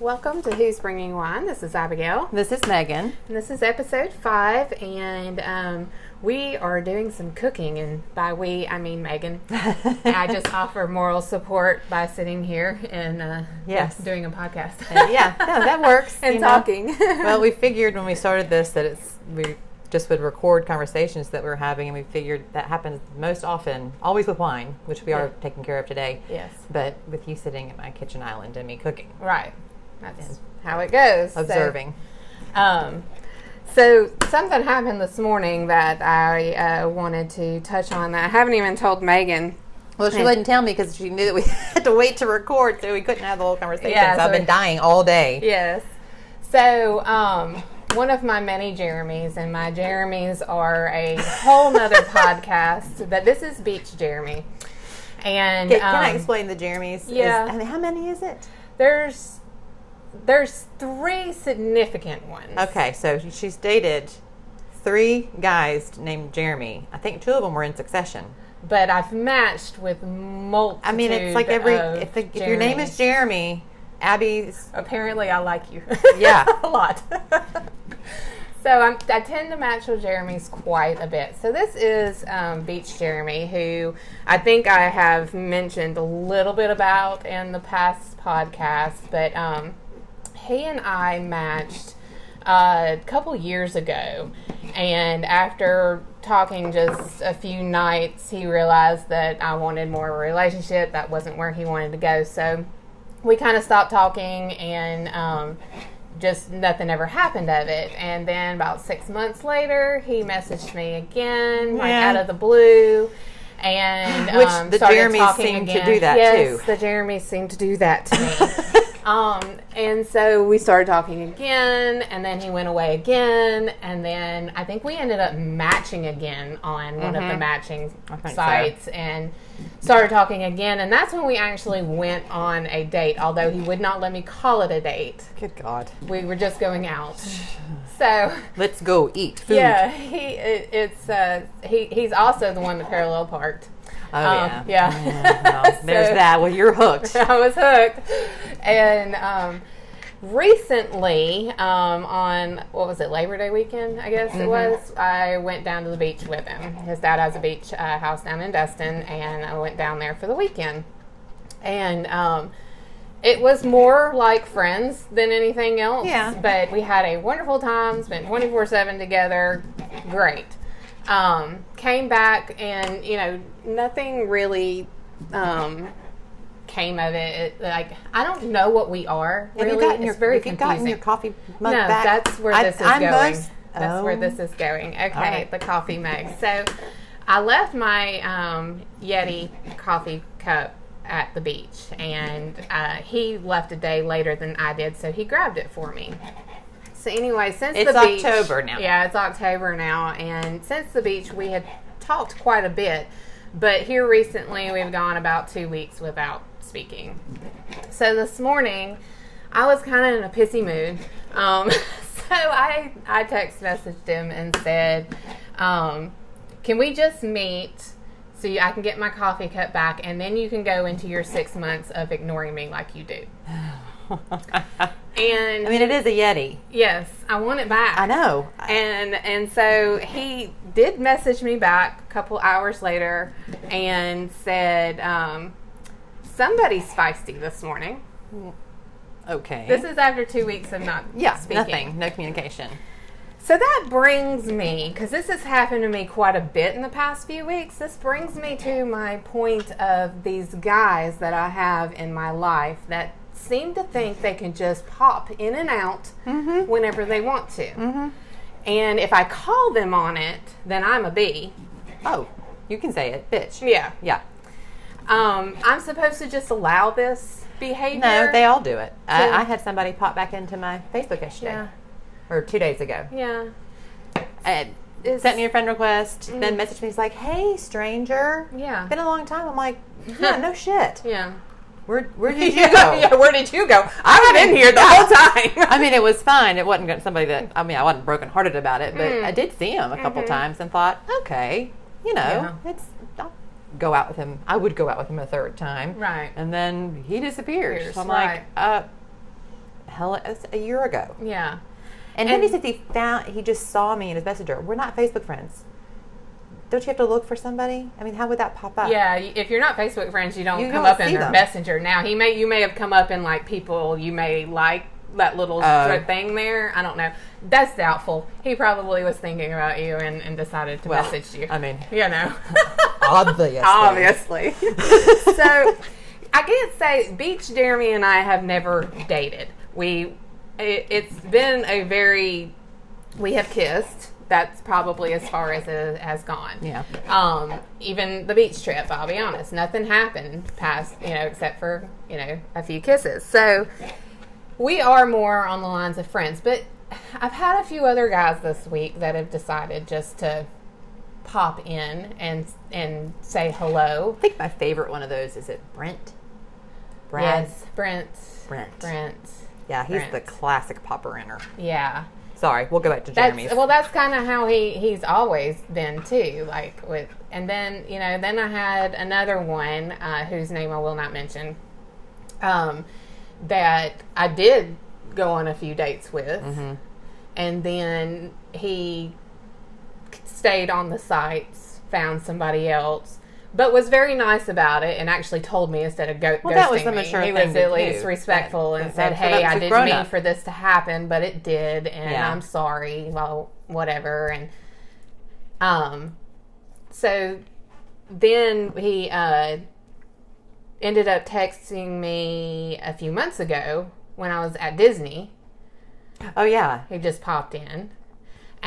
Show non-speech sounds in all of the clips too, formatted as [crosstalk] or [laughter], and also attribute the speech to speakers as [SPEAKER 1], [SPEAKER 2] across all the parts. [SPEAKER 1] Welcome to Who's Bringing Wine. This is Abigail,
[SPEAKER 2] This is Megan.
[SPEAKER 1] and this is episode five. And um, we are doing some cooking, and by we, I mean
[SPEAKER 2] [laughs]
[SPEAKER 1] Megan. I just offer moral support by sitting here and uh,
[SPEAKER 2] Yes. Uh,
[SPEAKER 1] doing a podcast
[SPEAKER 2] [laughs] yeah, no, that works.
[SPEAKER 1] [laughs] and
[SPEAKER 2] you know.
[SPEAKER 1] talking. [laughs]
[SPEAKER 2] [laughs] well, we figured when we started this that it's we just would record conversations that we were having, and we figured that happens most often, always with wine, which we are taking care of today.
[SPEAKER 1] yes,
[SPEAKER 2] But with you sitting at my kitchen island and me cooking,
[SPEAKER 1] right. That's how it goes. So-
[SPEAKER 2] observing.
[SPEAKER 1] Um, so something happened this morning that I uh, wanted to touch on. That I haven't even told Megan.
[SPEAKER 2] Well, she wouldn't tell me because she knew that we [laughs] had to wait to record, so we couldn't have the whole conversation.
[SPEAKER 1] Yeah,
[SPEAKER 2] so
[SPEAKER 1] so
[SPEAKER 2] I've
[SPEAKER 1] we-
[SPEAKER 2] been dying all day.
[SPEAKER 1] Yes. So um, one of my many Jeremys, and my Jeremys are a whole nother
[SPEAKER 2] [laughs]
[SPEAKER 1] podcast. But this is Beach Jeremy, and
[SPEAKER 2] Can, can I
[SPEAKER 1] um,
[SPEAKER 2] explain the Jeremy's?
[SPEAKER 1] yeah.
[SPEAKER 2] Is, I mean, how many is it?
[SPEAKER 1] there's there's three significant ones.
[SPEAKER 2] Okay, so she's dated three guys named Jeremy. I think two of them were in succession.
[SPEAKER 1] But I've matched with multiple.
[SPEAKER 2] I mean, it's like every if, the, if
[SPEAKER 1] oh,
[SPEAKER 2] your name is Jeremy,
[SPEAKER 1] [laughs]
[SPEAKER 2] Abby's.
[SPEAKER 1] Apparently, I like you.
[SPEAKER 2] Yeah.
[SPEAKER 1] [laughs] a lot. so I'm, I tend to match with Jeremy's quite a bit. So this is um, Beach Jeremy, who I think I have mentioned a little bit about in the past podcast, but um, he and I matched uh, a couple years ago, and after talking just a few nights, he realized that I wanted more of a relationship. That wasn't where he wanted to go, so we kind of stopped talking and um, just nothing ever happened of it. And then about six months later, he messaged me again, like
[SPEAKER 2] Yeah.
[SPEAKER 1] out of the blue. And
[SPEAKER 2] Which
[SPEAKER 1] um,
[SPEAKER 2] the
[SPEAKER 1] started
[SPEAKER 2] Jeremys
[SPEAKER 1] talking
[SPEAKER 2] seem to
[SPEAKER 1] again.
[SPEAKER 2] do that,
[SPEAKER 1] yes,
[SPEAKER 2] too.
[SPEAKER 1] The Jeremys seem to do that to
[SPEAKER 2] [laughs]
[SPEAKER 1] me. um, and so we started talking again, and then he went away again, and then I think we ended up matching again on one of the matching
[SPEAKER 2] Mm-hmm. think so.
[SPEAKER 1] sites and started talking again. And that's when we actually went on a date, although he would not let me call it a date.
[SPEAKER 2] Good God.
[SPEAKER 1] We were just going
[SPEAKER 2] [sighs]
[SPEAKER 1] out. So,
[SPEAKER 2] Let's go eat food.
[SPEAKER 1] yeah, he it, it's uh, he he's also the one that parallel parked.
[SPEAKER 2] Oh
[SPEAKER 1] Um,
[SPEAKER 2] yeah. Mm-hmm.
[SPEAKER 1] yeah.
[SPEAKER 2] well,
[SPEAKER 1] [laughs]
[SPEAKER 2] there's
[SPEAKER 1] So-
[SPEAKER 2] that. Well, you're
[SPEAKER 1] [laughs]
[SPEAKER 2] hooked.
[SPEAKER 1] I was hooked. And um, recently, um, on what was it, Labor Day weekend, I guess it was, I went down to the beach with him. His dad has a beach uh, house down in Destin, and I went down there for the weekend. And um, it was more like friends than anything else.
[SPEAKER 2] Yeah.
[SPEAKER 1] But we had a wonderful time, spent 24 7 together. Great. Um, came back, and, you know, nothing really. Um, came of it. it. Like I don't know what we are.
[SPEAKER 2] Have
[SPEAKER 1] really,
[SPEAKER 2] you gotten
[SPEAKER 1] it's
[SPEAKER 2] your
[SPEAKER 1] very
[SPEAKER 2] have you gotten
[SPEAKER 1] confusing.
[SPEAKER 2] your coffee
[SPEAKER 1] no,
[SPEAKER 2] mug back?
[SPEAKER 1] that's where
[SPEAKER 2] I-
[SPEAKER 1] this is
[SPEAKER 2] I'm
[SPEAKER 1] going.
[SPEAKER 2] most-
[SPEAKER 1] That's where
[SPEAKER 2] Oh.
[SPEAKER 1] this is going. Okay,
[SPEAKER 2] right.
[SPEAKER 1] the coffee mug. So I left my um, Yeti coffee cup at the beach, and uh, he left a day later than I did, so he grabbed it for me. So anyway, since
[SPEAKER 2] It's
[SPEAKER 1] the beach,
[SPEAKER 2] October now.
[SPEAKER 1] Yeah, it's October now, and since the beach, we had talked quite a bit, but here recently we've gone about two weeks without speaking. So this morning, I was kind of in a pissy mood, um, [laughs] so I I text messaged him and said, um, "Can we just meet?" So you- I can get my coffee cup back, and then you can go into your six months of ignoring me like you do. And
[SPEAKER 2] Oh. I mean, it is a Yeti.
[SPEAKER 1] Yes, I want it back.
[SPEAKER 2] I know.
[SPEAKER 1] And and so he did message me back a couple hours later and said, um, "Somebody's feisty this morning."
[SPEAKER 2] Okay.
[SPEAKER 1] This is after two weeks of not
[SPEAKER 2] yeah.
[SPEAKER 1] speaking.
[SPEAKER 2] Nothing. No communication.
[SPEAKER 1] So that brings me, because this has happened to me quite a bit in the past few weeks, this brings me to my point of these guys that I have in my life that seem to think they can just pop in and out
[SPEAKER 2] Mm-hmm.
[SPEAKER 1] whenever they want to. And if I call them on it, then I'm a B.
[SPEAKER 2] Oh, you can say it, bitch.
[SPEAKER 1] Yeah.
[SPEAKER 2] Yeah.
[SPEAKER 1] Um, I'm supposed to just allow this behavior.
[SPEAKER 2] No, they all do it. I,
[SPEAKER 1] Yeah.
[SPEAKER 2] I had somebody pop back into my Facebook yesterday
[SPEAKER 1] Yeah.
[SPEAKER 2] or two days ago.
[SPEAKER 1] Yeah.
[SPEAKER 2] And
[SPEAKER 1] It's-
[SPEAKER 2] sent me a friend request, then messaged me. He's like, "Hey, stranger,
[SPEAKER 1] Mm. Yeah.
[SPEAKER 2] been a long time." I'm like,
[SPEAKER 1] [laughs]
[SPEAKER 2] "Yeah, no shit.
[SPEAKER 1] Yeah.
[SPEAKER 2] Where where did you
[SPEAKER 1] [laughs] Yeah,
[SPEAKER 2] go?"
[SPEAKER 1] yeah, where did you go? I've been here the whole
[SPEAKER 2] [laughs]
[SPEAKER 1] time.
[SPEAKER 2] I mean, it was fine. It wasn't gonna- somebody that I mean, I wasn't brokenhearted about it, but
[SPEAKER 1] Mm.
[SPEAKER 2] I did see him a couple
[SPEAKER 1] Mm-hmm.
[SPEAKER 2] times and thought, okay, you know, it's I'll go out with him. I would go out with him a third time,
[SPEAKER 1] Right.
[SPEAKER 2] And then he disappears.
[SPEAKER 1] Disappears,
[SPEAKER 2] So I'm
[SPEAKER 1] right.
[SPEAKER 2] like, uh, hell it's a year ago.
[SPEAKER 1] Yeah. And-
[SPEAKER 2] And, Henry says he found he just saw me in his messenger. We're not Facebook friends. Don't you have to look for somebody? I mean, how would that pop up?
[SPEAKER 1] Yeah, y- if you're not Facebook friends, you don't
[SPEAKER 2] You
[SPEAKER 1] come
[SPEAKER 2] don't
[SPEAKER 1] up in
[SPEAKER 2] see
[SPEAKER 1] their
[SPEAKER 2] them.
[SPEAKER 1] messenger. Now he may you may have come up in like people you may like that little
[SPEAKER 2] Oh.
[SPEAKER 1] thread thing there. I don't know. That's doubtful. He probably was thinking about you and, and decided to
[SPEAKER 2] Well,
[SPEAKER 1] message you.
[SPEAKER 2] I mean,
[SPEAKER 1] you
[SPEAKER 2] [laughs]
[SPEAKER 1] know. [laughs]
[SPEAKER 2] obviously. [laughs]
[SPEAKER 1] Obviously. [laughs] so I can't say Beach Jeremy and I have never dated. We it, it's been a very we have kissed. That's probably as far as it has gone.
[SPEAKER 2] Yeah.
[SPEAKER 1] Um, even the beach trip, I'll be honest, nothing happened past you know except for you know a few kisses. So we are more on the lines of friends. But I've had a few other guys this week that have decided just to pop in and and say hello.
[SPEAKER 2] I think my favorite one of those is it Brent. Brad.
[SPEAKER 1] Yes, Brent.
[SPEAKER 2] Brent.
[SPEAKER 1] Brent.
[SPEAKER 2] Yeah, he's the
[SPEAKER 1] Brent.
[SPEAKER 2] classic popper inner.
[SPEAKER 1] Yeah.
[SPEAKER 2] Sorry, we'll go back to
[SPEAKER 1] That's,
[SPEAKER 2] Jeremy's.
[SPEAKER 1] well, that's kind of how he he's always been too. Like with, and then you know, then I had another one uh, whose name I will not mention. Um, that I did go on a few dates with,
[SPEAKER 2] Mm-hmm.
[SPEAKER 1] and then he stayed on the sites, found somebody else. But was very nice about it, and actually told me instead of go-
[SPEAKER 2] Well,
[SPEAKER 1] ghosting
[SPEAKER 2] that was the
[SPEAKER 1] me.
[SPEAKER 2] mature
[SPEAKER 1] he
[SPEAKER 2] thing
[SPEAKER 1] was
[SPEAKER 2] to
[SPEAKER 1] at
[SPEAKER 2] do.
[SPEAKER 1] least
[SPEAKER 2] That-
[SPEAKER 1] respectful and
[SPEAKER 2] that's-
[SPEAKER 1] said,
[SPEAKER 2] that's
[SPEAKER 1] "Hey,
[SPEAKER 2] a
[SPEAKER 1] I didn't
[SPEAKER 2] grown-up.
[SPEAKER 1] mean for this to happen, but it did, and
[SPEAKER 2] Yeah.
[SPEAKER 1] I'm sorry. Well, whatever." And um, so then he uh ended up texting me a few months ago when I was at Disney.
[SPEAKER 2] oh yeah,
[SPEAKER 1] He just popped in.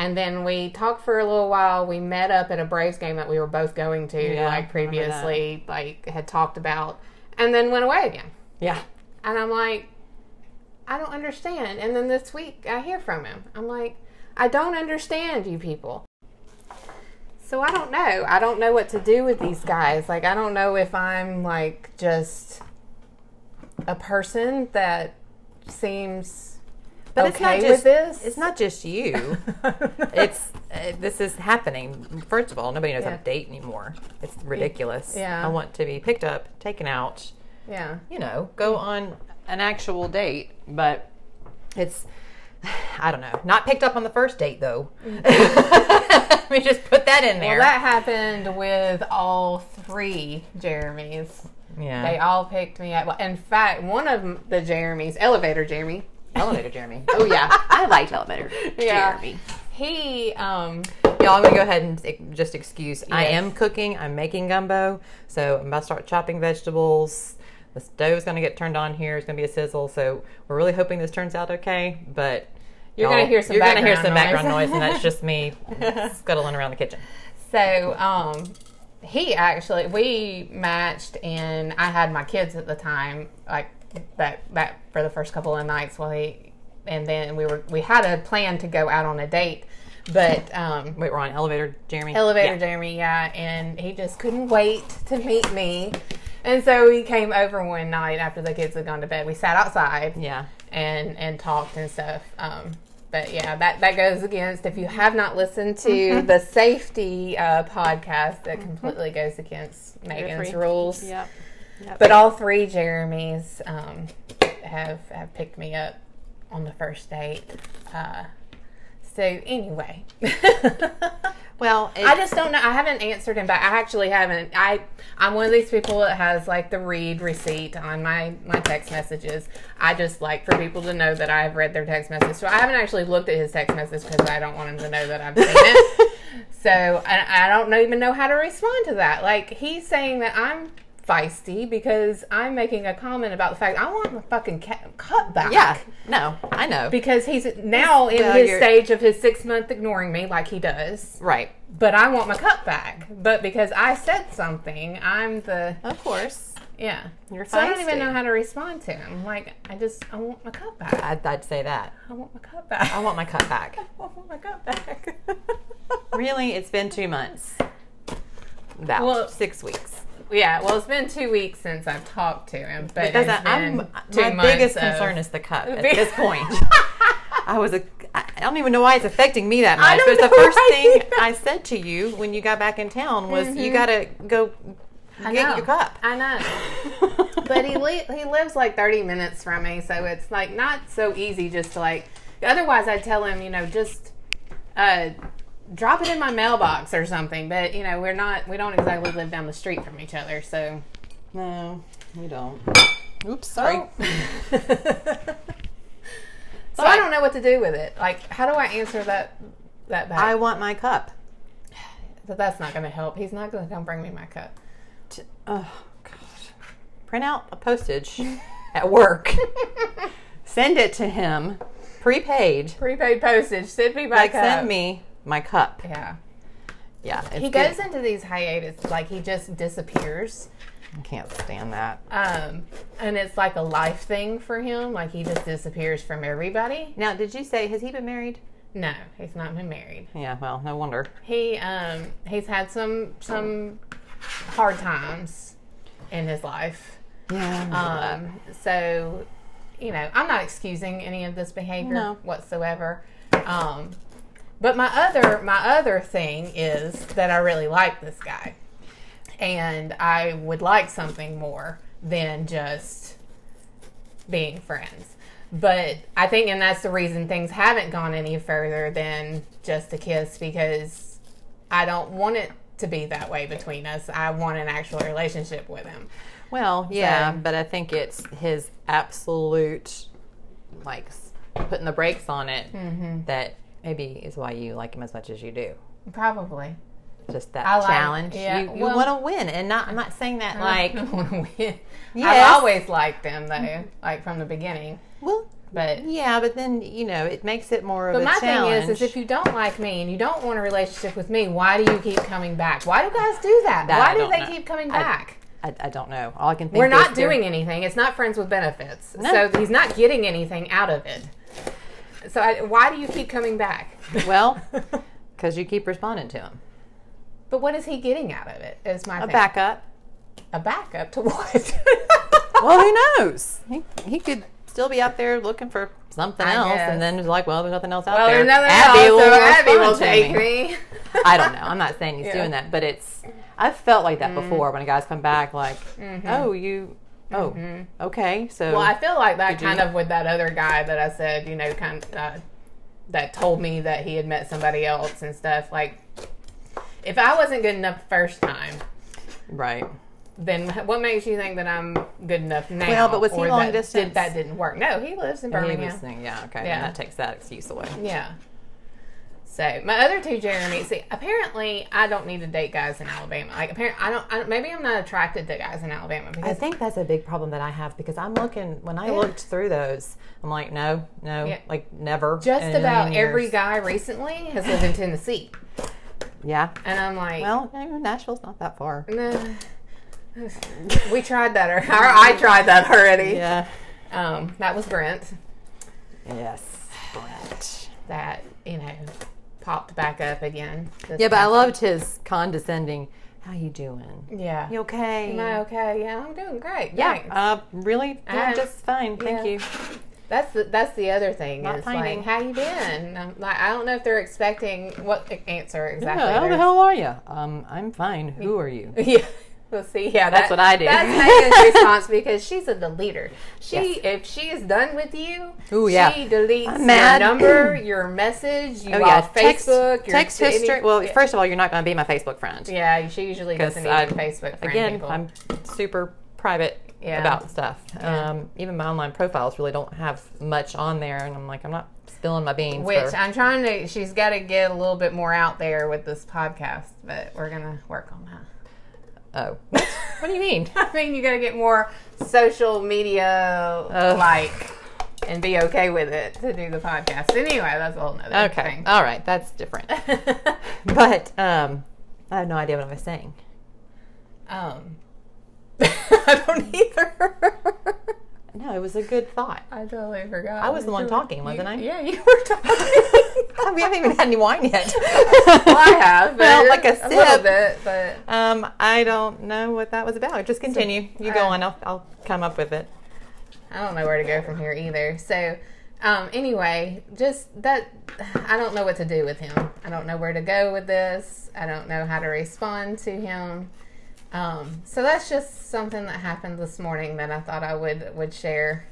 [SPEAKER 1] And then we talked for a little while. We met up at a Braves game that we were both going to,
[SPEAKER 2] Yeah,
[SPEAKER 1] like
[SPEAKER 2] I remember that.
[SPEAKER 1] previously, like had talked about, and then went away again.
[SPEAKER 2] yeah.
[SPEAKER 1] And I'm like, I don't understand. And then this week I hear from him. I'm like, I don't understand you people. So I don't know. I don't know what to do with these guys. Like, I don't know if I'm like just a person that seems okay
[SPEAKER 2] But it's not
[SPEAKER 1] with
[SPEAKER 2] just
[SPEAKER 1] this.
[SPEAKER 2] it's not
[SPEAKER 1] [laughs]
[SPEAKER 2] just you. it's uh, this is happening. First of all, nobody knows how
[SPEAKER 1] Yeah.
[SPEAKER 2] to date anymore. It's ridiculous.
[SPEAKER 1] Yeah.
[SPEAKER 2] I want to be picked up, taken out.
[SPEAKER 1] yeah.
[SPEAKER 2] You know, go on an actual date, but it's [sighs] I don't know. Not picked up on the first date though. [laughs] Let me just put that in there.
[SPEAKER 1] Mm. Well, that happened with all three Jeremys.
[SPEAKER 2] yeah.
[SPEAKER 1] They all picked me up. Well, in fact, one of m- the Jeremys, Elevator Jeremy,
[SPEAKER 2] Elevator Jeremy.
[SPEAKER 1] oh yeah,
[SPEAKER 3] I liked
[SPEAKER 1] [laughs]
[SPEAKER 3] Elevator.
[SPEAKER 1] Yeah.
[SPEAKER 3] Jeremy.
[SPEAKER 1] he um
[SPEAKER 2] Y'all, I'm gonna go ahead and ex- just excuse. I am cooking. I'm making gumbo, so I'm about to start chopping vegetables. The stove's gonna get turned on here. It's gonna be a sizzle. So we're really hoping this turns out okay. But
[SPEAKER 1] You're
[SPEAKER 2] y'all-
[SPEAKER 1] gonna hear some
[SPEAKER 2] You're gonna hear
[SPEAKER 1] background
[SPEAKER 2] some
[SPEAKER 1] noise.
[SPEAKER 2] background noise, and that's
[SPEAKER 1] [laughs]
[SPEAKER 2] just me scuttling around the kitchen.
[SPEAKER 1] So, um, he actually we matched, and I had my kids at the time, like that that for the first couple of nights while he, and then we were we had a plan to go out on a date, but um,
[SPEAKER 2] Wait, we're on elevator, Jeremy.
[SPEAKER 1] elevator
[SPEAKER 2] Yeah.
[SPEAKER 1] Jeremy, yeah, and he just couldn't wait to meet me. And so he came over one night after the kids had gone to bed. We sat outside
[SPEAKER 2] Yeah.
[SPEAKER 1] and and talked and stuff. Um, but yeah, that that goes against. If you have not listened to the safety uh, podcast, that completely goes against Megan's
[SPEAKER 3] free.
[SPEAKER 1] rules.
[SPEAKER 3] Yep.
[SPEAKER 1] But all three Jeremys um, have have picked me up on the first date. Uh, so anyway. [laughs]
[SPEAKER 2] Well, it,
[SPEAKER 1] I just don't know. I haven't answered him back. I actually haven't. I I'm one of these people that has like the read receipt on my my text messages. I just like for people to know that I've read their text message. So I haven't actually looked at his text message because I don't want him to know that I've seen it. so I, I don't know, even know how to respond to that. Like he's saying that I'm feisty because I'm making a comment about the fact I want my fucking ca- cut back
[SPEAKER 2] yeah. No, I know.
[SPEAKER 1] because he's now in
[SPEAKER 2] Well,
[SPEAKER 1] his
[SPEAKER 2] you're-
[SPEAKER 1] stage of his six month ignoring me like he does
[SPEAKER 2] right.
[SPEAKER 1] but I want my cut back. But because I said something, I'm the
[SPEAKER 2] Of course.
[SPEAKER 1] yeah.
[SPEAKER 2] You're
[SPEAKER 1] so I don't even
[SPEAKER 2] feisty.
[SPEAKER 1] know how to respond to him. Like I just I want my cut back.
[SPEAKER 2] I'd, I'd say that.
[SPEAKER 1] I want my cut back.
[SPEAKER 2] I want my cut back.
[SPEAKER 1] [laughs] I want my cut back. [laughs]
[SPEAKER 2] really, it's been two months. About
[SPEAKER 1] Well-
[SPEAKER 2] six weeks.
[SPEAKER 1] yeah. Well, it's been two weeks since I've talked to him, but
[SPEAKER 2] Because
[SPEAKER 1] it's
[SPEAKER 2] I'm
[SPEAKER 1] been two
[SPEAKER 2] my
[SPEAKER 1] months
[SPEAKER 2] biggest
[SPEAKER 1] of- [laughs]
[SPEAKER 2] concern is the cup at
[SPEAKER 1] Be-
[SPEAKER 2] this point. I was a. I I don't even know why it's affecting me that
[SPEAKER 1] I
[SPEAKER 2] much.
[SPEAKER 1] don't
[SPEAKER 2] But the
[SPEAKER 1] know
[SPEAKER 2] first
[SPEAKER 1] why
[SPEAKER 2] thing
[SPEAKER 1] either.
[SPEAKER 2] I said to you when you got back in town was, "You gotta go
[SPEAKER 1] [laughs] Mm-hmm. I
[SPEAKER 2] get
[SPEAKER 1] know.
[SPEAKER 2] your cup."
[SPEAKER 1] I know. but he li- he lives like 30 minutes from me, so it's like not so easy just to like. Otherwise, I tell him, you know, just uh, drop it in my mailbox or something. But you know, we're not we don't exactly live down the street from each other, so
[SPEAKER 2] [laughs] No, we don't. Oops, sorry.
[SPEAKER 1] sorry. so I don't know what to do with it. Like, how do I answer that? That back?
[SPEAKER 2] [laughs] I want my cup.
[SPEAKER 1] But that's not going to help. He's not going to come bring me my cup.
[SPEAKER 2] T- Oh gosh. Print out
[SPEAKER 1] [laughs]
[SPEAKER 2] a postage at work. Send it to him. Prepaid.
[SPEAKER 1] Prepaid postage. Send me my
[SPEAKER 2] Like
[SPEAKER 1] cup.
[SPEAKER 2] send me my cup.
[SPEAKER 1] Yeah.
[SPEAKER 2] Yeah. it's
[SPEAKER 1] He
[SPEAKER 2] good.
[SPEAKER 1] goes into these hiatus, like he just disappears.
[SPEAKER 2] I can't stand that.
[SPEAKER 1] Um, and it's like a life thing for him. Like he just disappears from everybody.
[SPEAKER 2] Now, did you say has he been married?
[SPEAKER 1] No, he's not been married.
[SPEAKER 2] Yeah, well, no wonder.
[SPEAKER 1] He um he's had some some hard times in his life.
[SPEAKER 2] Yeah.
[SPEAKER 1] Um, so you know, I'm not excusing any of this behavior
[SPEAKER 2] No.
[SPEAKER 1] whatsoever. Um, but my other my other thing is that I really like this guy, and I would like something more than just being friends. But I think, and that's the reason things haven't gone any further than just a kiss because I don't want it to be that way between us. I want an actual relationship with him.
[SPEAKER 2] Um, well, yeah,
[SPEAKER 1] so-
[SPEAKER 2] but I think it's his absolute, like, s- putting the brakes on it
[SPEAKER 1] Mm-hmm.
[SPEAKER 2] that maybe is why you like him as much as you do.
[SPEAKER 1] Probably.
[SPEAKER 2] Just that
[SPEAKER 1] I like-
[SPEAKER 2] challenge.
[SPEAKER 1] yeah,
[SPEAKER 2] you you
[SPEAKER 1] well- Mm-hmm.
[SPEAKER 2] want to win, and not. I'm not saying that [laughs] like, Yes.
[SPEAKER 1] I've always liked them though, like from the beginning.
[SPEAKER 2] well,
[SPEAKER 1] But
[SPEAKER 2] yeah, but then you know it makes it more of
[SPEAKER 1] but
[SPEAKER 2] a
[SPEAKER 1] my
[SPEAKER 2] challenge.
[SPEAKER 1] thing is, is if you don't like me and you don't want a relationship with me, why do you keep coming back? Why do guys do that?
[SPEAKER 2] That
[SPEAKER 1] why
[SPEAKER 2] I
[SPEAKER 1] do
[SPEAKER 2] don't
[SPEAKER 1] they
[SPEAKER 2] know.
[SPEAKER 1] keep coming
[SPEAKER 2] I-
[SPEAKER 1] back?
[SPEAKER 2] I, I don't know. All I can think
[SPEAKER 1] We're
[SPEAKER 2] is
[SPEAKER 1] not
[SPEAKER 2] they're-
[SPEAKER 1] doing anything. It's not friends with benefits,
[SPEAKER 2] No.
[SPEAKER 1] so he's not getting anything out of it. So I, why do you keep coming back?
[SPEAKER 2] well because you keep responding to him.
[SPEAKER 1] [laughs] but what is he getting out of it? Is my
[SPEAKER 2] A
[SPEAKER 1] thing.
[SPEAKER 2] backup.
[SPEAKER 1] a backup to what?
[SPEAKER 2] well, who knows? He, he could still be out there looking for something
[SPEAKER 1] I
[SPEAKER 2] else,
[SPEAKER 1] guess.
[SPEAKER 2] and then it's like, well, there's nothing else
[SPEAKER 1] [laughs]
[SPEAKER 2] out
[SPEAKER 1] Well,
[SPEAKER 2] there.
[SPEAKER 1] there's nothing
[SPEAKER 2] Abby
[SPEAKER 1] else, so Abby
[SPEAKER 2] respond
[SPEAKER 1] will
[SPEAKER 2] to
[SPEAKER 1] take me.
[SPEAKER 2] I don't know. I'm not saying he's
[SPEAKER 1] Yeah. Mm.
[SPEAKER 2] doing that, but it's. I've felt like that before when a guy's come back, like, oh, you, oh, okay, so
[SPEAKER 1] Mm-hmm. Well, I feel like that
[SPEAKER 2] Did you-
[SPEAKER 1] kind of with that other guy that I said, you know, kind of, uh, that told me that he had met somebody else and stuff. Like, if I wasn't good enough first time,
[SPEAKER 2] right.
[SPEAKER 1] then what makes you think that I'm good enough now?
[SPEAKER 2] Well, but was he
[SPEAKER 1] Or
[SPEAKER 2] long
[SPEAKER 1] that
[SPEAKER 2] distance?
[SPEAKER 1] Did, that didn't work. No, he lives in
[SPEAKER 2] He
[SPEAKER 1] Birmingham.
[SPEAKER 2] was thinking, yeah, okay,
[SPEAKER 1] Yeah.
[SPEAKER 2] and that takes that excuse away.
[SPEAKER 1] Yeah. So my other two Jeremy, see, apparently I don't need to date guys in Alabama. Like apparently I don't. I, don't- maybe I'm not attracted to guys in Alabama
[SPEAKER 2] I
[SPEAKER 1] because
[SPEAKER 2] think that's a big problem that I have because I'm looking when I
[SPEAKER 1] Yeah.
[SPEAKER 2] looked through those, I'm like, no, no,
[SPEAKER 1] Yeah.
[SPEAKER 2] like never.
[SPEAKER 1] just
[SPEAKER 2] in a
[SPEAKER 1] about
[SPEAKER 2] million
[SPEAKER 1] every
[SPEAKER 2] years.
[SPEAKER 1] guy recently has lived in Tennessee,
[SPEAKER 2] Yeah.
[SPEAKER 1] and I'm like,
[SPEAKER 2] Well, no, Nashville's not that far.
[SPEAKER 1] No. [sighs] we tried that, or, or I tried that already.
[SPEAKER 2] Yeah.
[SPEAKER 1] Um, that was Brent
[SPEAKER 2] Yes. Brett.
[SPEAKER 1] that you know popped back up again. this
[SPEAKER 2] Yeah, but I
[SPEAKER 1] past-
[SPEAKER 2] loved his condescending. How you doing?
[SPEAKER 1] yeah.
[SPEAKER 2] You okay?
[SPEAKER 1] Am I okay? Yeah, I'm doing great.
[SPEAKER 2] Yeah.
[SPEAKER 1] thanks.
[SPEAKER 2] Uh, really? Yeah,
[SPEAKER 1] Um,
[SPEAKER 2] just fine. Thank
[SPEAKER 1] yeah.
[SPEAKER 2] you.
[SPEAKER 1] that's the, that's the other thing
[SPEAKER 2] Not
[SPEAKER 1] is
[SPEAKER 2] finding.
[SPEAKER 1] like, how you been? Um, like, I don't know if they're expecting what answer exactly.
[SPEAKER 2] Yeah, how the
[SPEAKER 1] they're-
[SPEAKER 2] hell are you? Um, I'm fine. Who are you?
[SPEAKER 1] [laughs] Yeah. We'll see. Yeah,
[SPEAKER 2] That's
[SPEAKER 1] that-
[SPEAKER 2] what I do.
[SPEAKER 1] That's
[SPEAKER 2] [laughs]
[SPEAKER 1] Megan's response because she's a deleter. She, if she is done with you,
[SPEAKER 2] Ooh, yeah.
[SPEAKER 1] she deletes
[SPEAKER 2] I'm
[SPEAKER 1] your
[SPEAKER 2] mad. [clears throat]
[SPEAKER 1] number, your message, you
[SPEAKER 2] Oh
[SPEAKER 1] all
[SPEAKER 2] yeah,
[SPEAKER 1] Facebook,
[SPEAKER 2] text,
[SPEAKER 1] your
[SPEAKER 2] text
[SPEAKER 1] any-
[SPEAKER 2] history. Well,
[SPEAKER 1] yeah,
[SPEAKER 2] first of all, you're not going to be my Facebook friend.
[SPEAKER 1] yeah, she usually
[SPEAKER 2] 'Cause
[SPEAKER 1] doesn't
[SPEAKER 2] I-
[SPEAKER 1] even Facebook friend
[SPEAKER 2] again,
[SPEAKER 1] people.
[SPEAKER 2] I'm super private
[SPEAKER 1] Yeah.
[SPEAKER 2] about stuff.
[SPEAKER 1] Yeah.
[SPEAKER 2] Um, even my online profiles really don't have much on there, and I'm like, I'm not spilling my beans.
[SPEAKER 1] which
[SPEAKER 2] for-
[SPEAKER 1] I'm trying to. She's got to get a little bit more out there with this podcast, but we're gonna work on that. [laughs]
[SPEAKER 2] oh, what do you mean?
[SPEAKER 1] I mean, you got to get more social media like and be okay with it to do the podcast. Anyway, that's a whole nother
[SPEAKER 2] Okay, all right, that's different.
[SPEAKER 1] thing.
[SPEAKER 2] [laughs] But um, I have no idea what I was saying.
[SPEAKER 1] [laughs] um, I don't either.
[SPEAKER 2] No, it was a good thought.
[SPEAKER 1] [laughs] I totally forgot.
[SPEAKER 2] I was the one
[SPEAKER 1] You-
[SPEAKER 2] talking, wasn't I?
[SPEAKER 1] Yeah, you were talking.
[SPEAKER 2] we haven't even had any wine yet.
[SPEAKER 1] [laughs] well, [laughs] I have.
[SPEAKER 2] [laughs]
[SPEAKER 1] But
[SPEAKER 2] Well, like a
[SPEAKER 1] little
[SPEAKER 2] sip.
[SPEAKER 1] bit, but
[SPEAKER 2] Um, I don't know what that was about. Just continue. You go
[SPEAKER 1] uh,
[SPEAKER 2] on. I'll, I'll come up with it.
[SPEAKER 1] I don't know where to go from here either. So, um, anyway, just that I don't know what to do with him. I don't know where to go with this. I don't know how to respond to him. Um, so that's just something that happened this morning that I thought I would would share.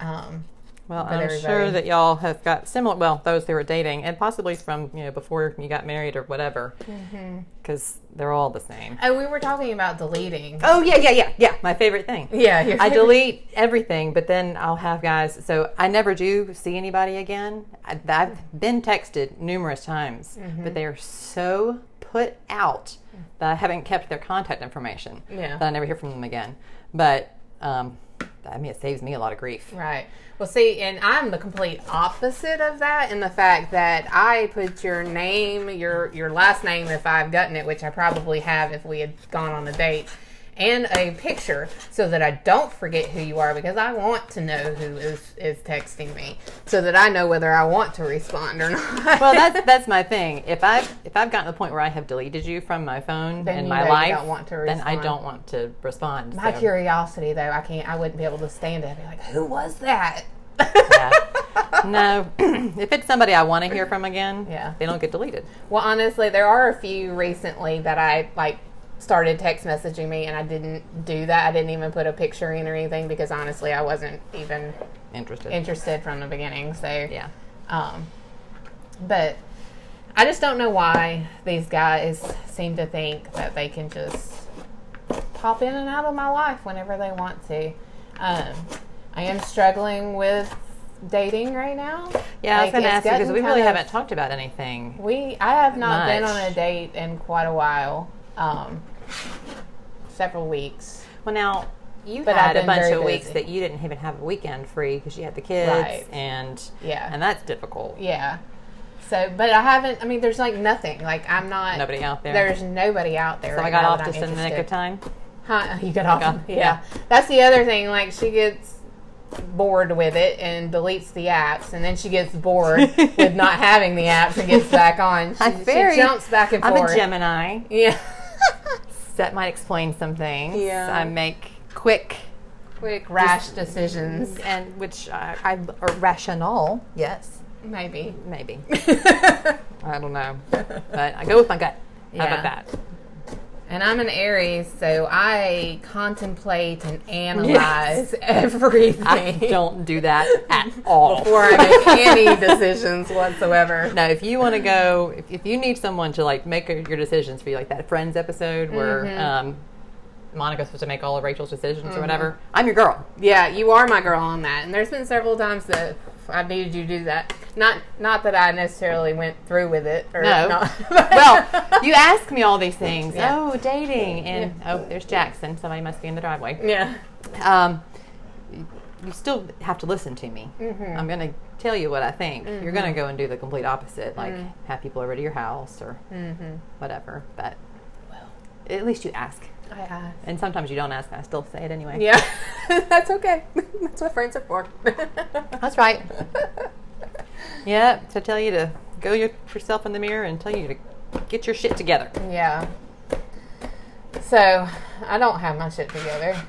[SPEAKER 1] Um,
[SPEAKER 2] Well,
[SPEAKER 1] But
[SPEAKER 2] I'm
[SPEAKER 1] everybody-
[SPEAKER 2] sure that y'all have got similar. Well, those who were dating, and possibly from you know before you got married or whatever,
[SPEAKER 1] Mm-hmm.
[SPEAKER 2] because they're all the same.
[SPEAKER 1] oh, we were talking about deleting.
[SPEAKER 2] Oh yeah, yeah, yeah, yeah. My favorite thing.
[SPEAKER 1] Yeah, your
[SPEAKER 2] I
[SPEAKER 1] favorite-
[SPEAKER 2] delete everything, but then I'll have guys. So I never do see anybody again. I, I've been texted numerous times,
[SPEAKER 1] Mm-hmm.
[SPEAKER 2] but they are so put out that I haven't kept their contact information.
[SPEAKER 1] Yeah.
[SPEAKER 2] that I never hear from them again. But um, I mean, it saves me a lot of grief.
[SPEAKER 1] [laughs] Right. Well, see, and I'm the complete opposite of that in the fact that I put your name, your your last name, if I've gotten it, which I probably have if we had gone on a date, and a picture so that I don't forget who you are because I want to know who is is texting me so that I know whether I want to respond or [laughs] not.
[SPEAKER 2] well, that's that's my thing. If I've if I've gotten to the point where I have deleted you from my phone
[SPEAKER 1] Then
[SPEAKER 2] and
[SPEAKER 1] you
[SPEAKER 2] my
[SPEAKER 1] know you
[SPEAKER 2] life,
[SPEAKER 1] don't want to
[SPEAKER 2] then I
[SPEAKER 1] respond.
[SPEAKER 2] don't want to respond.
[SPEAKER 1] My
[SPEAKER 2] so,
[SPEAKER 1] curiosity, though, I can't. I wouldn't be able to stand it. I'd be like, "Who was that?"
[SPEAKER 2] yeah.
[SPEAKER 1] [laughs]
[SPEAKER 2] no, [clears throat] if it's somebody I want to hear from again,
[SPEAKER 1] Yeah.
[SPEAKER 2] they don't get deleted.
[SPEAKER 1] Well, honestly, there are a few recently that I like started text messaging me, and I didn't do that. I didn't even put a picture in or anything because honestly, I wasn't even
[SPEAKER 2] Interested.
[SPEAKER 1] interested from the beginning. So
[SPEAKER 2] yeah.
[SPEAKER 1] um, but I just don't know why these guys seem to think that they can just pop in and out of my life whenever they want to. Um, I am struggling with dating right now.
[SPEAKER 2] Yeah, I
[SPEAKER 1] Like,
[SPEAKER 2] was going to
[SPEAKER 1] it's
[SPEAKER 2] ask you because
[SPEAKER 1] gotten
[SPEAKER 2] we really
[SPEAKER 1] kind of-
[SPEAKER 2] haven't talked about anything.
[SPEAKER 1] we I have not been
[SPEAKER 2] Much.
[SPEAKER 1] on a date in quite a while, um, several weeks.
[SPEAKER 2] Well, now you
[SPEAKER 1] But I've
[SPEAKER 2] had a
[SPEAKER 1] been
[SPEAKER 2] bunch
[SPEAKER 1] very
[SPEAKER 2] of weeks
[SPEAKER 1] busy.
[SPEAKER 2] that you didn't even have a weekend free because you had the kids,
[SPEAKER 1] Right.
[SPEAKER 2] and
[SPEAKER 1] Yeah.
[SPEAKER 2] and that's difficult.
[SPEAKER 1] Yeah. So, but I haven't. I mean, there's like nothing. Like I'm not.
[SPEAKER 2] Nobody out there.
[SPEAKER 1] There's nobody out there.
[SPEAKER 2] so I
[SPEAKER 1] right
[SPEAKER 2] got
[SPEAKER 1] now
[SPEAKER 2] off
[SPEAKER 1] that I'm
[SPEAKER 2] just in the nick of
[SPEAKER 1] interested.
[SPEAKER 2] time.
[SPEAKER 1] Huh? You got off.
[SPEAKER 2] got-
[SPEAKER 1] [laughs] yeah.
[SPEAKER 2] yeah.
[SPEAKER 1] That's the other thing. Like she gets bored with it and deletes the apps, and then she gets
[SPEAKER 2] [laughs]
[SPEAKER 1] bored with not having the apps and gets back on. She,
[SPEAKER 2] I'm
[SPEAKER 1] she
[SPEAKER 2] very-
[SPEAKER 1] jumps back and
[SPEAKER 2] I'm
[SPEAKER 1] forth.
[SPEAKER 2] a Gemini.
[SPEAKER 1] Yeah.
[SPEAKER 2] That might explain some things.
[SPEAKER 1] Yeah.
[SPEAKER 2] I make [laughs] quick
[SPEAKER 1] Quick rash decisions,
[SPEAKER 2] and which I, I are rational. Yes, [laughs]
[SPEAKER 1] maybe.
[SPEAKER 2] maybe. I don't know, but I go with my gut. How
[SPEAKER 1] Yeah.
[SPEAKER 2] about that?
[SPEAKER 1] And I'm an Aries, so I contemplate and analyze everything
[SPEAKER 2] [laughs] I don't do that at all.
[SPEAKER 1] before I make
[SPEAKER 2] [laughs]
[SPEAKER 1] any decisions whatsoever.
[SPEAKER 2] Now, if you want to go, if, if you need someone to like make your decisions for you, like that Friends episode where
[SPEAKER 1] Mm-hmm.
[SPEAKER 2] um, Monica's supposed to make all of Rachel's decisions or whatever, I'm your girl.
[SPEAKER 1] Yeah, you are my girl on that. And there's been several times that I've needed you to do that. Not not that I necessarily went through with it or
[SPEAKER 2] No. [laughs]
[SPEAKER 1] not.
[SPEAKER 2] well, you ask me all these things.
[SPEAKER 1] Yeah. Mm-hmm.
[SPEAKER 2] Oh, dating, and oh, there's Jackson. Somebody must be in the driveway.
[SPEAKER 1] [laughs] yeah.
[SPEAKER 2] Um, you still have to listen to me.
[SPEAKER 1] Mm-hmm.
[SPEAKER 2] I'm going to tell you what I think. You're going to go and do the complete opposite, like
[SPEAKER 1] Mm.
[SPEAKER 2] have people over to your house or Mm-hmm. whatever. But at least you ask.
[SPEAKER 1] I have.
[SPEAKER 2] And sometimes you don't ask, and I still say it anyway.
[SPEAKER 1] Yeah. [laughs] That's okay. [laughs] That's what friends are for. [laughs]
[SPEAKER 2] That's right. yeah, to tell you to go your, yourself in the mirror and tell you to get your shit together. [laughs]
[SPEAKER 1] Yeah. So I don't have my shit together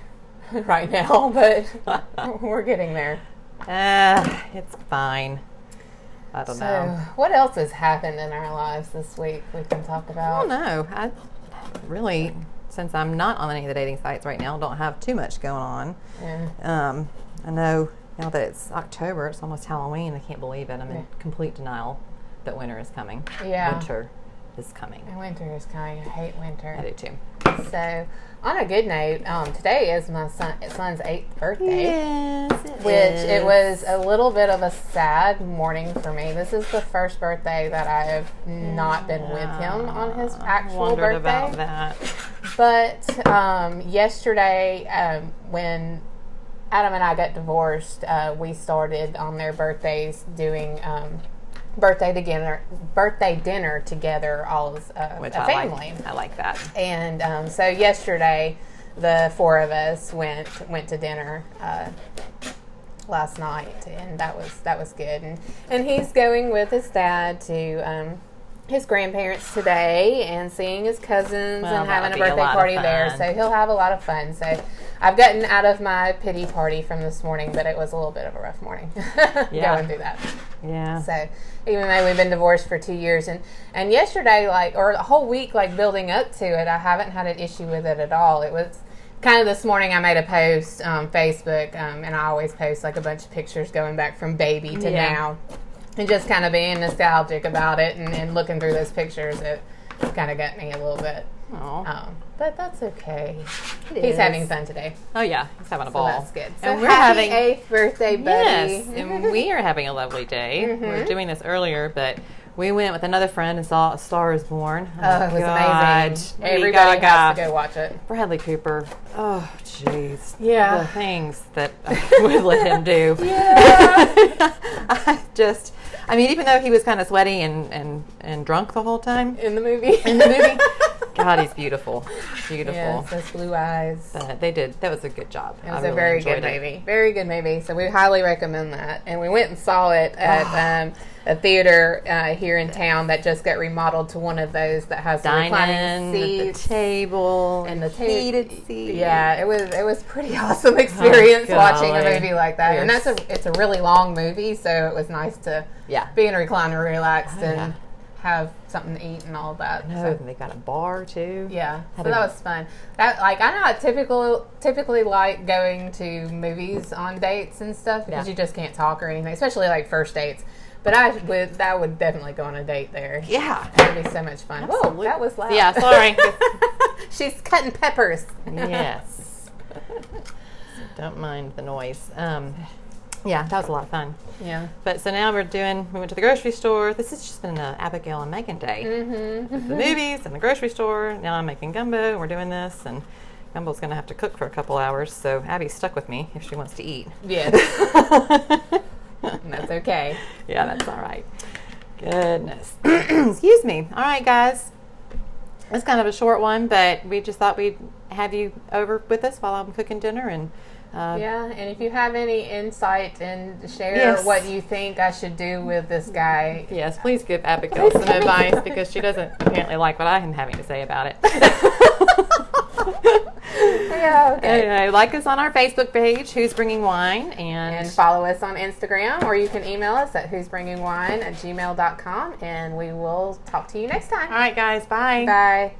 [SPEAKER 1] [laughs] right now, [laughs] but we're getting there.
[SPEAKER 2] Uh, it's fine. I don't
[SPEAKER 1] So
[SPEAKER 2] know.
[SPEAKER 1] what else has happened in our lives this week we can talk
[SPEAKER 2] I don't
[SPEAKER 1] about?
[SPEAKER 2] know. I really, since I'm not on any of the dating sites right now, don't have too much going on.
[SPEAKER 1] Yeah.
[SPEAKER 2] Um, I know now that it's October, it's almost Halloween. I can't believe it. I'm in complete denial that winter is coming.
[SPEAKER 1] Yeah.
[SPEAKER 2] Winter is coming.
[SPEAKER 1] And winter is coming. I hate
[SPEAKER 2] I
[SPEAKER 1] winter.
[SPEAKER 2] do too.
[SPEAKER 1] So on a good note, um, today is my son, son's eighth birthday.
[SPEAKER 2] Yes. it
[SPEAKER 1] Which it
[SPEAKER 2] is.
[SPEAKER 1] was a little bit of a sad morning for me. This is the first birthday that I have not been with him on his actual
[SPEAKER 2] Ah, Wondered
[SPEAKER 1] birthday.
[SPEAKER 2] about that.
[SPEAKER 1] But um, yesterday, um, when Adam and I got divorced, uh, we started on their birthdays doing um, birthday dinner, birthday dinner together, all as a,
[SPEAKER 2] which
[SPEAKER 1] a
[SPEAKER 2] I
[SPEAKER 1] family.
[SPEAKER 2] like. I like that.
[SPEAKER 1] And um, so yesterday, the four of us went went to dinner uh, last night, and that was that was good. And and he's going with his dad to. Um, his grandparents today and seeing his cousins
[SPEAKER 2] Well,
[SPEAKER 1] and having a
[SPEAKER 2] that'll be a
[SPEAKER 1] birthday
[SPEAKER 2] lot of
[SPEAKER 1] party there.
[SPEAKER 2] fun.
[SPEAKER 1] So he'll have a lot of fun. So I've gotten out of my pity party from this morning, but it was a little bit of a rough morning [laughs]
[SPEAKER 2] Yeah.
[SPEAKER 1] going through that.
[SPEAKER 2] Yeah.
[SPEAKER 1] So even though we've been divorced for two years, and and yesterday, like or the whole week, like building up to it, I haven't had an issue with it at all. It was kind of this morning I made a post on Facebook, um, and I always post like a bunch of pictures going back from baby to
[SPEAKER 2] Yeah.
[SPEAKER 1] now, and just kind of being nostalgic about it and, and looking through those pictures. It kind of got me a little bit.
[SPEAKER 2] Aw.
[SPEAKER 1] Um, but that's okay.
[SPEAKER 2] It
[SPEAKER 1] He's
[SPEAKER 2] is.
[SPEAKER 1] having fun today.
[SPEAKER 2] Oh yeah, he's having a
[SPEAKER 1] So
[SPEAKER 2] ball.
[SPEAKER 1] that's good. So
[SPEAKER 2] and we're
[SPEAKER 1] happy
[SPEAKER 2] having
[SPEAKER 1] eighth birthday, buddy. Mm-hmm.
[SPEAKER 2] yes, and we are having a lovely day. We were doing this earlier, but we went with another friend and saw A Star Is Born.
[SPEAKER 1] Oh, it was
[SPEAKER 2] God.
[SPEAKER 1] amazing.
[SPEAKER 2] Lady
[SPEAKER 1] Everybody has
[SPEAKER 2] Gaga.
[SPEAKER 1] to go watch it.
[SPEAKER 2] Bradley Cooper. Oh, jeez.
[SPEAKER 1] Yeah.
[SPEAKER 2] The things that I [laughs] would let him do.
[SPEAKER 1] Yeah.
[SPEAKER 2] [laughs] I just, I mean, even though he was kind of sweaty and, and, and drunk the whole time,
[SPEAKER 1] In the movie.
[SPEAKER 2] In the movie. [laughs] God, he's beautiful. Beautiful.
[SPEAKER 1] Yes, those blue eyes.
[SPEAKER 2] But they did, that was a good job.
[SPEAKER 1] It was
[SPEAKER 2] I
[SPEAKER 1] a
[SPEAKER 2] really
[SPEAKER 1] very
[SPEAKER 2] enjoyed
[SPEAKER 1] good
[SPEAKER 2] it.
[SPEAKER 1] movie. Very good movie. So we highly recommend that. And we went and saw
[SPEAKER 2] [sighs]
[SPEAKER 1] it at um, a theater uh, here in town that just got remodeled to one of those that has the reclining
[SPEAKER 2] Dining, with
[SPEAKER 1] seats
[SPEAKER 2] the table,
[SPEAKER 1] and the ta-
[SPEAKER 2] heated seats.
[SPEAKER 1] Yeah, it was it was pretty [laughs] awesome experience
[SPEAKER 2] Oh,
[SPEAKER 1] watching a
[SPEAKER 2] golly.
[SPEAKER 1] movie like that. And
[SPEAKER 2] Yes.
[SPEAKER 1] that's a it's a really long movie, so it was nice to
[SPEAKER 2] Yeah.
[SPEAKER 1] be in a recliner, relaxed,
[SPEAKER 2] Oh,
[SPEAKER 1] and have something to eat and all that.
[SPEAKER 2] No,
[SPEAKER 1] So-
[SPEAKER 2] and they got a bar too.
[SPEAKER 1] Yeah, so
[SPEAKER 2] Had a-
[SPEAKER 1] that was fun. That like I not typical typically like going to movies on dates and stuff because
[SPEAKER 2] Yeah.
[SPEAKER 1] you just can't talk or anything, especially like first dates. But I would that would definitely go on a date there.
[SPEAKER 2] Yeah. [laughs]
[SPEAKER 1] That'd be so much fun. Whoa,
[SPEAKER 2] Absolutely.
[SPEAKER 1] that was loud.
[SPEAKER 2] Yeah, sorry.
[SPEAKER 1] [laughs] She's cutting peppers.
[SPEAKER 2] yes. So don't mind the noise. [sighs] Um, yeah, that was a lot of fun.
[SPEAKER 1] Yeah.
[SPEAKER 2] But so now we're doing, we went to the grocery store. This has just been an Abigail and Megan day. With The movies and the grocery store. Now I'm making gumbo. We're doing this. And gumbo's going to have to cook for a couple hours. So Abby's stuck with me if she wants to eat.
[SPEAKER 1] [laughs]
[SPEAKER 2] [laughs]
[SPEAKER 1] Yes. and that's okay.
[SPEAKER 2] Yeah, that's all right. Goodness. [clears throat] Excuse me. All right, guys. It's kind of a short one, but we just thought we'd have you over with us while I'm cooking dinner and uh,
[SPEAKER 1] Yeah, and if you have any insight and share
[SPEAKER 2] Yes.
[SPEAKER 1] what you think I should do with this guy,
[SPEAKER 2] Yes, please give
[SPEAKER 1] [laughs]
[SPEAKER 2] Abigail some advice because she doesn't apparently like what I am having to say about it. [laughs]
[SPEAKER 1] yeah, okay.
[SPEAKER 2] Anyway, like us on our Facebook page, Who's Bringing Wine, and,
[SPEAKER 1] And follow us on Instagram, or you can email us at who's bringing wine at gmail.com, and we will talk to you next time.
[SPEAKER 2] all right, guys, bye.
[SPEAKER 1] Bye.